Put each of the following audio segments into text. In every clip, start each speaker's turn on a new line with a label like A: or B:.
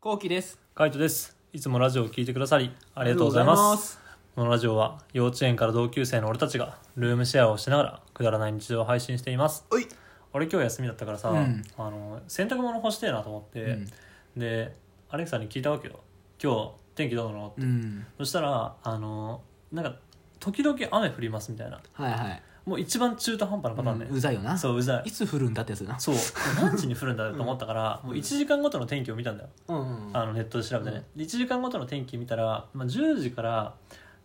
A: こうきです。
B: カイトです。いつもラジオを聞いてくださり、ありがとうございます。
A: す。
B: このラジオは、幼稚園から同級生の俺たちが、ルームシェアをしながら、くだらない日常を配信しています。
A: おい。
B: 俺今日休みだったからさ、
A: うん
B: あの洗濯物干してえなと思って、で、アレクサに聞いたわけよ。今日、天気どうなのって。
A: うん。
B: そしたら、あの、なんか、時々雨降りますみたいな。
A: はいはい。
B: もう一番中途半端なパターンね。
A: うんうざいよな。
B: そう、うざい
A: い。つ降るんだってやつだな。
B: そう、何時に降るんだと思ったから、もう1時間ごとの天気を見たんだよ。
A: うんうん。
B: あのネットで調べてね、1時間ごとの天気見たら、まあ、10時から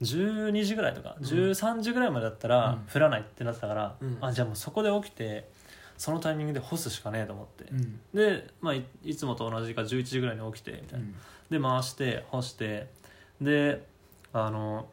B: 12時ぐらいとか、13時ぐらいまでだったら
A: うん
B: 降らないってなってたから、
A: うん
B: あじゃあもうそこで起きてそのタイミングで干すしかねえと思って、
A: うん。
B: で、まあ、いいつもと同じか11時ぐらいに起きてみたいな、で回して干してであの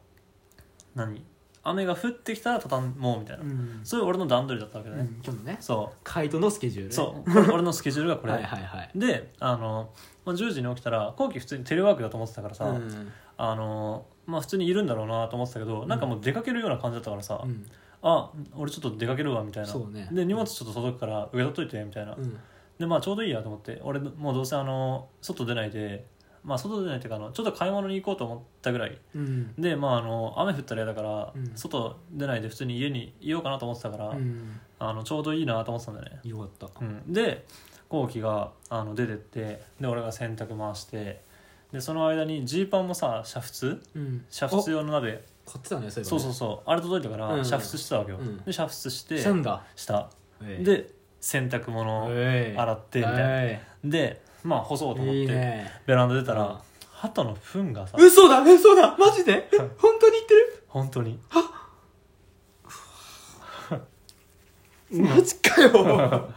B: 何雨が降ってきたら畳もうみたいな、
A: うん。
B: そういう俺の段取りだったわけだ
A: う
B: ね、
A: ん今日のね、
B: そ
A: カイトのスケジュール。
B: うそうこれ俺のスケジュールがこれ、
A: はいはいはい。
B: であの、まあ、10時に起きたら後期普通にテレワークだと思ってたからさ、
A: うん
B: あのまあ、普通にいるんだろうなと思ってたけど、
A: ん
B: なんかもう出かけるような感じだったからさ、
A: うん。
B: あ俺ちょっと出かけるわみたいな、
A: そうね
B: で荷物ちょっと届くから上取っといてみたいな、
A: うん。
B: でまあちょうどいいやと思って俺もうどうせあの外出ないで、まあ、外出ないっていうかあのちょっと買い物に行こうと思ったぐらい
A: うん。
B: で、まあ、あの雨降ったら嫌だから、
A: うん
B: 外出ないで普通に家にいようかなと思ってたから、
A: うん。
B: あのちょうどいいなと思ってたんだよね
A: よかった。
B: うん、で後期があの出てってで俺が洗濯回してでその間にジーパンもさ煮沸
A: うん。
B: 煮沸用の鍋
A: 買ってたね、そういえばね。
B: そうそうそうあれ届いたから
A: うん
B: 煮沸してたわけよ、
A: うん
B: で煮沸して
A: したんだ。
B: した
A: で、
B: で洗濯物を洗
A: 洗
B: ってみたいな
A: な。
B: でまあ干そうと思って
A: いいね。
B: ベランダ出たら、
A: うん
B: 鳩の糞がさ
A: 嘘だ嘘だマジでえ
B: はい
A: 本当に言ってる
B: 本当に
A: マジか よ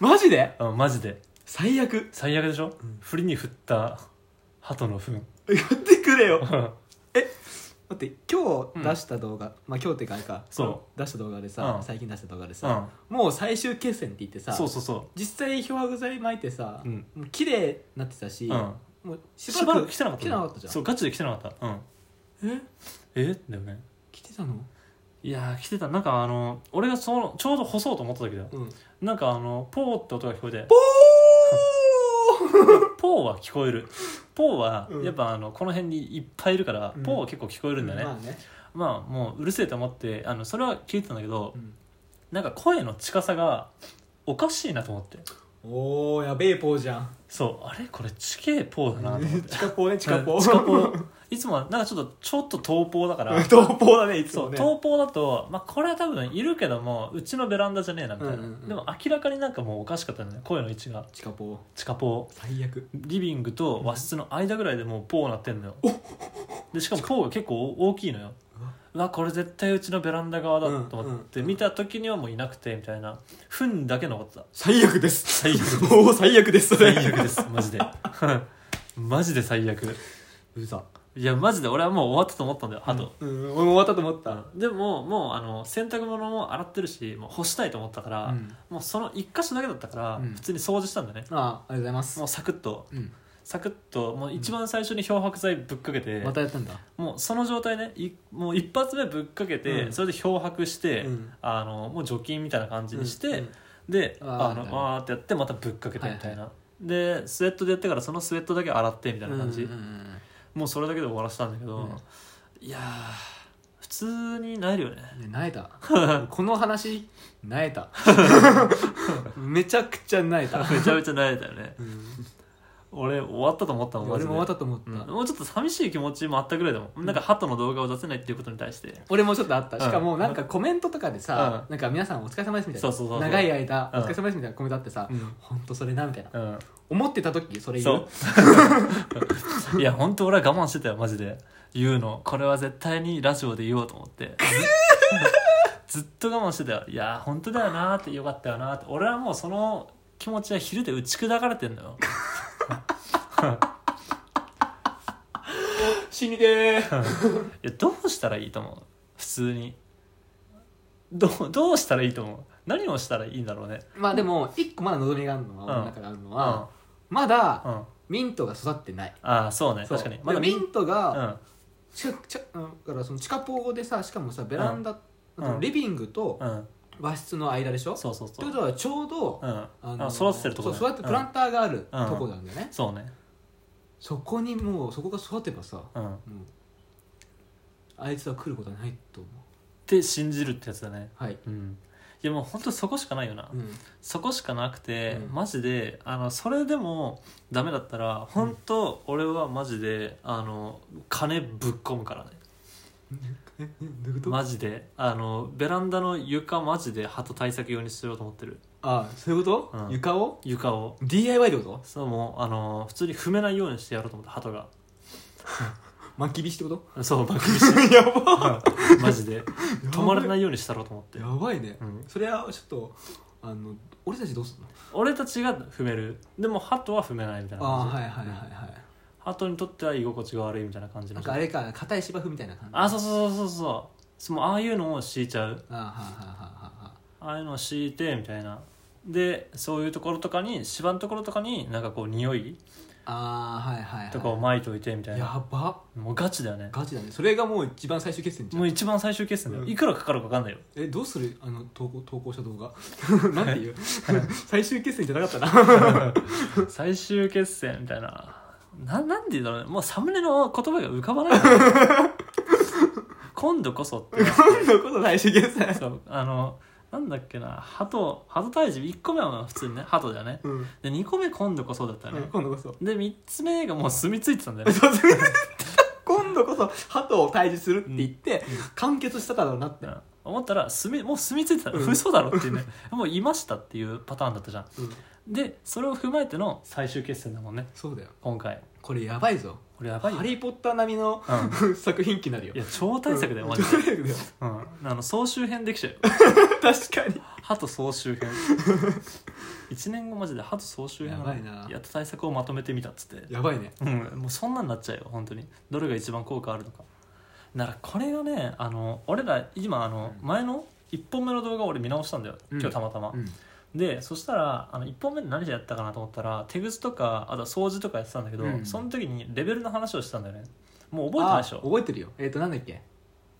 A: マジで
B: あマジで
A: 最悪
B: 最悪でしょ、振りに振った鳩 の糞
A: やってくれよ待って今日出した動画、まあ今日ってかあれか
B: そ
A: 出した動画でさ、
B: うん
A: 最近出した動画で
B: う、うん
A: さ、、もう最終決戦って言ってさ
B: そうそうそ
A: 実際漂白剤巻いてさ、
B: ううん、
A: もう綺麗になってたし、
B: うん、
A: もうし
B: しばらく来てなかった
A: 来てなかったじゃん
B: そうガチで来てなかったうん
A: え
B: えだよね
A: 来てたの
B: いやー来てたなんかあの俺がそのちょうど干そうと思った時だよ
A: うん
B: なんかあのポーって音が聞こえて
A: ポ
B: ポーは聞こえるポーは
A: うん
B: やっぱあのこの辺にいっぱいいるから、
A: うん
B: ポーは結構聞こえる
A: ー
B: んだね、
A: まあね、
B: まあもううるせえと思ってあのそれは聞いてたんだけど、
A: うん
B: なんか声の近さがおかしいなと思って
A: おおやべえポーじゃん
B: そうあれこれちけえポーだなと思って
A: 近ポーね近ポー
B: チカポーいつもはなんかちょっとちょっと遠ポー だから
A: 東ポーだねいつ
B: そ
A: も
B: う
A: ね
B: 東宝だと、まあ、これは多分いるけどもうちのベランダじゃねえなみたいな、
A: うんうんうん
B: でも明らかになんかもうおかしかったんだね声の位置が
A: 近ポー
B: 地下ポ
A: 最悪
B: ーリビングと和室の間ぐらいでもうポーなってんのよでしかもポーが結構大きいのよ
A: うわ
B: うわこれ絶対うちのベランダ側だと思っ
A: うんうんう
B: て
A: ん
B: 見た時にはもういなくてみたいなふんだけ残ってた
A: 最悪です
B: 最悪 です
A: おお 最悪です
B: 最悪ですマジで マジで最悪
A: うざ
B: いやマジで俺はもう終わったと思ったんだよあと、
A: うん俺も終わったと思った
B: でももうあの洗濯物も洗ってるしもう干したいと思ったから、
A: うん
B: もうその一箇所だけだったから、
A: うん
B: 普通に掃除したんだね
A: あありがとうございます
B: もうサクッと
A: うん
B: サクッともう一番最初に漂白剤ぶっかけて、
A: またやったんだ
B: もうその状態ねいもう一発目ぶっかけて、
A: うん
B: それで漂白して、
A: うん
B: あのもう除菌みたいな感じにして、
A: うん
B: で
A: あ
B: あ
A: ー
B: の
A: なるほど
B: わーってやってまたぶっかけてみたいな、でスウェットでやってからそのスウェットだけ洗ってみたいな感じ、
A: うんうんうん
B: もうそれだけで終わらせたんだけど、いやー普通になえるよね
A: ねなえ たこの話なえためちゃくちゃなえた
B: めちゃめちゃ慣れたよね
A: うん
B: 俺終わったと思ったもんマ
A: 俺
B: ジで
A: も終わったと思った、
B: うんもうちょっと寂しい気持ちもあったぐらいだもんなんか鳩の動画を出せないっていうことに対して
A: 俺もちょっとあった
B: うん
A: しかもなんかコメントとかでさ、
B: う
A: なんか皆さんお疲れ様ですみたいな
B: そうそうそうそう
A: 長い間、
B: うん
A: お疲れ様ですみたいなコメントあってさ、
B: うん
A: ほんとそれなみたいな
B: うん
A: 思ってた時それ言
B: そう ういや本当俺は我慢してたよマジで言うのこれは絶対にラジオで言おうと思ってずずっと我慢してたよいや本当だよなーってよかったよなーって俺はもうその気持ちは昼で打ち砕かれてんの よ
A: 死にてー
B: いやどうしたらいいと思う普通にどうどうしたらいいと思う何をしたらいいんだろうね
A: まあでも一個まだ望みがあるのは、俺
B: うん
A: の中であるのは、まだ、
B: うんうん
A: ミントが育ってない
B: ああそうね確かに
A: まだミント
B: うん
A: が、
B: あ
A: ちかちかうんだからその地下ポーでさしかもさベランダ、
B: うん
A: あとリビングと
B: うん
A: 和室の間でしょ、
B: そうそうそ
A: っ
B: う
A: てことはちょうど、
B: うん
A: あの
B: あ育ててるとこだね
A: そう育てプランターがある
B: うん
A: とこなんだよね、
B: そうね
A: そこにもうそこが育てばさも
B: うん、っ
A: うあいつは来ることはないと思
B: て信じるってやつだね
A: うはい、
B: うんいやもう本当そこしかないよな、
A: うん、
B: そこしかなくて、
A: うん
B: マジであのそれでもダメだったら本当俺はマジであの金ぶっ込むからね
A: ええどういうこと、
B: マジであのベランダの床マジで鳩対策用にしようと思ってる
A: あそういうこと、
B: うん
A: 床を
B: 床を
A: DIY ってこと
B: そうもうあの普通に踏めないようにしてやろうと思って鳩が
A: 巻き火してこと
B: そうバッキビし や ばマジで止まらないいようにしたろうと思って
A: やばいね、
B: うん
A: それはちょっとあの俺たちどうすんの
B: 俺たちが踏めるでも鳩は踏めないみたいな
A: ああ
B: 感じ
A: はいはいはい
B: うん
A: は
B: 鳩にとっては居心地が悪いみたいな感
A: い
B: じ
A: なん
B: の
A: かあれか硬い芝生みたいな感じ
B: あそうそうそうそうそうそのああいうのを敷いちゃう
A: あはあはあはあはあ
B: ああいうのを敷いてみたいなでそういうところとかに芝のところとかになんかこう匂い
A: あーはいはいはい
B: とかをまいといてみたいな
A: やば
B: もうガチだよね
A: ガチだねそれがもう一番最終決戦じゃ
B: も
A: ん
B: う一番最終決戦だよ、
A: うん
B: いくらかかるか分かんないよ
A: えどうするあの投稿投稿した動 画なんていう最終決戦じゃなかったな
B: 最終決戦みたいなななんで言うんだろうねもうサムネの言葉が浮かばないからね 今度こそって
A: 今度こそ最終決戦
B: そうあのなんだっけな鳩鳩退治1個目はまあ普通にね鳩だよね
A: うん
B: で2個目今度こそだったよね、
A: 今度こそ
B: で3つ目がもう住み着いてたんだよね
A: 今度こそ鳩を退治するって言って
B: うん
A: 完結しただろうなって
B: うん思ったら住みもう住み着いてた、
A: うん
B: 嘘だろっていうねもういましたっていうパターンだったじゃん
A: うん
B: でそれを踏まえての最終決戦だもんね
A: そうだよ
B: 今回
A: これやばいぞ
B: これやばいよ
A: ハリー・ポッター並みの
B: うん
A: 作品機になるよ
B: いや超大作だよマジで、
A: うん 超大作だよ
B: うん、あの総集編できちゃうよ
A: 確かに
B: 鳩総集 編1年後マジで鳩総集編の
A: やばいな
B: やった対策をまとめてみたっつって
A: やばいね
B: うん、もうそんなんなっちゃうよ本当にどれが一番効果あるのかだからこれがねあの俺ら今あの
A: うん
B: 前の1本目の動画俺見直したんだよ
A: うん
B: 今日たまたま、
A: うん
B: でそしたらあの1本目で何でやったかなと思ったら手ぐすとかあとは掃除とかやってたんだけど、
A: うん
B: その時にレベルの話をしてたんだよねもう覚えてないでし
A: あ
B: ょ
A: 覚えてるよえっ、となんだっけ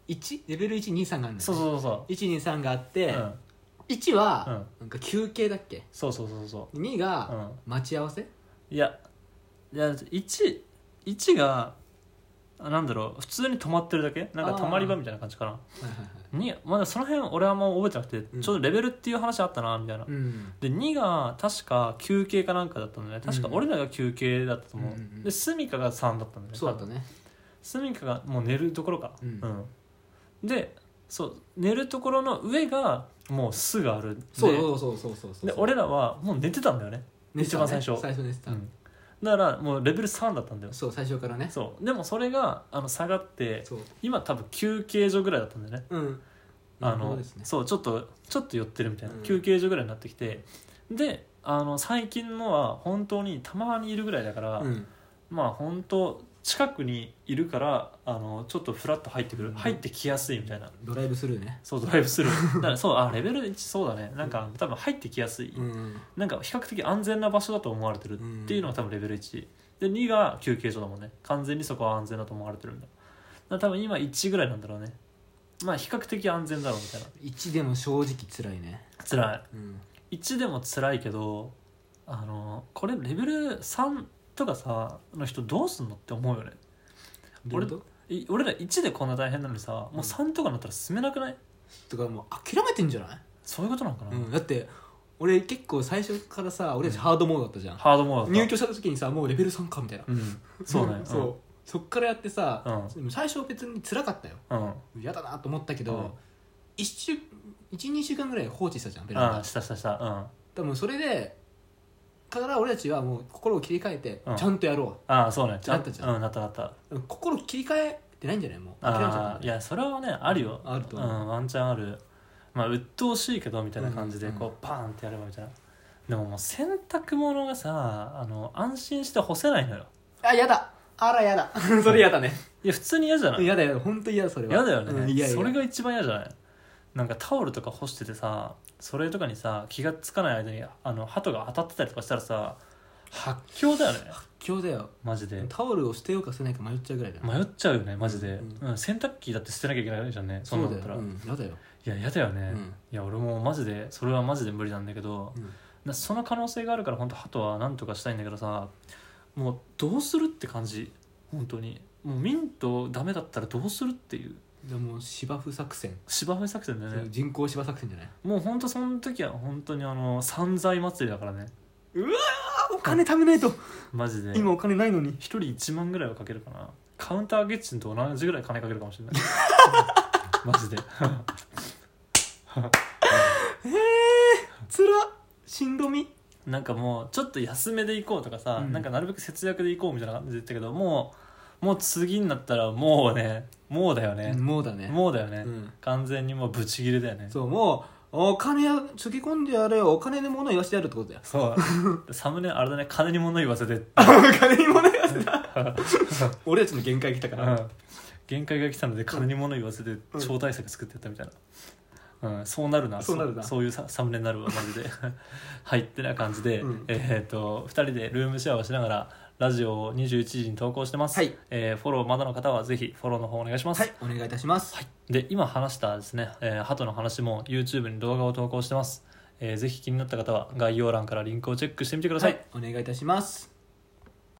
A: 1レベル123があるんだ
B: そうそうそうそ
A: 123があっ
B: う、
A: て、
B: うん、
A: 1
B: う
A: は
B: ん、
A: なんか休憩だっけ
B: そうそうそうそ
A: 2
B: う、う
A: が
B: ん、
A: 待ち合わせ、
B: いやいや一一があなんだろう普通に止まってるだけなんか
A: あー
B: 溜まり場みたいな感じかな
A: はいはいはい
B: にまだその辺俺はあんま覚えてなくて、
A: うん
B: ちょうどレベルっていう話あったなみたいな、
A: うん
B: で2が確か休憩かなんかだったんだね確か
A: うん
B: 俺らが休憩だったと思う、
A: うんうんうん
B: でスミカが3だったんだね
A: そうだったね
B: スミカがもう寝るところか
A: うん
B: うんでそう寝るところの上がもう「す」がある
A: そう
B: で
A: そうそうそうそうそう
B: で俺らはもう寝てたんだよね、
A: 寝てたね
B: 一番最初
A: 最初寝てた、
B: うんだからもうレベル3だったんだよ
A: そう最初からね
B: そうでもそれがあの下がって
A: そう
B: 今多分休憩所ぐらいだったんだよね
A: うん
B: あ
A: そ
B: の
A: うですね
B: そうちょっとちょっと寄ってるみたいな、
A: うん
B: 休憩所ぐらいになってきてであの最近のは本当にたまにいるぐらいだから、
A: うん
B: まあ本当近くにいるからあのちょっとフラッと入ってくる、
A: うん
B: 入ってきやすいみたいな
A: ドライブスルーね
B: そうドライブする だからそうあレベル1そうだねなんか多分入ってきやすい、
A: うん
B: なんか比較的安全な場所だと思われてるっていうのが多分レベル1で2が休憩所だもんね完全にそこは安全だと思われてるんだだから多分今1ぐらいなんだろうねまあ比較的安全だろうみたいな
A: 1でも正直辛いね
B: 辛い
A: うん
B: 1でも辛いけどあのこれレベル3とかさの人どうすんのって思うよね
A: どういうこと
B: い俺ら1でこんな大変なのにさもう3とかなったら進めなくない
A: とかもう諦めてんじゃない、
B: そういうことなのかな、
A: うん、だって俺結構最初からさ俺たちハードモードだったじゃん、
B: ハードモードだ
A: 入
B: った
A: 居した時にさもうレベル3かみたいな
B: うんそうね
A: そうそっからやってさ、
B: う
A: でも最初別に辛かったよ
B: うん、うん、
A: 嫌だなと思ったけ
B: うん
A: ど、一週12週間ぐらい放置したじゃんベラン
B: あ
A: ダ
B: あしたしたしたうん
A: 多分それでから俺たちはもう心を切り替えて、
B: うん
A: ちゃんとやろ
B: ああそうね
A: なったじゃん
B: うんなったなった
A: う心切り替えてないんじゃないもう諦めちゃ
B: あ
A: っ
B: あいやそれはねあるよ
A: あると
B: う
A: 思うん
B: ワンチャンあるまあ鬱陶しいけどみたいな感じで
A: うん
B: こうパーンってやればみたいなでももう洗濯物がさあの安心して干せないのよ
A: たあやだあらやだそれやだね
B: いや普通に嫌じゃない
A: やだやだ本当に嫌だそれは
B: 嫌だよね、
A: うんいやいや
B: それが一番嫌じゃないなんかタオルとか干しててさそれとかにさ気がつかない間にあの鳩が当たってたりとかしたらさ発狂だよね
A: 今日だよ
B: マジで
A: タオルを捨てようか捨てないか迷っちゃうぐらいだよ、
B: 迷っちゃうよねマジで、
A: うん
B: うん洗濯機だって捨てなきゃいけないじゃんねそん
A: そ
B: な
A: うんだ
B: だったら、
A: よ、うん、やだよ、
B: いや嫌だよね、
A: うん
B: いや俺もマジでそれはマジで無理なんだけど
A: うん
B: なその可能性があるから本当鳩は何とかしたいんだけどさもうどうするって感じ本当にもうミントダメだったらどうするっていう
A: でも芝生作戦、
B: 芝生作戦だよね
A: 人工芝作戦じゃない
B: もうほんとその時は本当にあの散財祭りだからね
A: お金貯めないと
B: マジで
A: 今お金ないのに
B: 一人1万ぐらいはかけるかなカウンターキッチンと同じぐらい金かけるか もしれないマジで
A: ええつらしんどみ
B: なんかもうちょっと安めで行こうとかさ、
A: うん
B: なんかなるべく節約で行こうみたいな感じで言ったけどもうもう次になったらもうねもうだよね、
A: もうだね
B: もうだよね、
A: うん
B: 完全にもうブチギレだよね
A: そうもうお金やつぎ込んでやれよお金で物言わせてやるって ことだよ
B: そうサムネあれだね金に物言わせてって
A: 金に物言わせた 俺たちの限界来たか
B: う
A: ら、
B: ん限界が来たので金に物言わせて超大作作ってやったみたいな、うんそうなるな
A: そうなるな
B: そういうササムネになるわマジで はいってな感じで、
A: うん
B: えっ、と2人でルームシェアをしながらラジオを21時に投稿してます、
A: はい
B: えーフォローまだの方はぜひフォローの方お願いします、
A: はいお願いいたします、
B: で今話したですね、えー、鳩の話も YouTube に動画を投稿してます、えーぜひ気になった方は概要欄からリンクをチェックしてみてください
A: はい、お願いいたします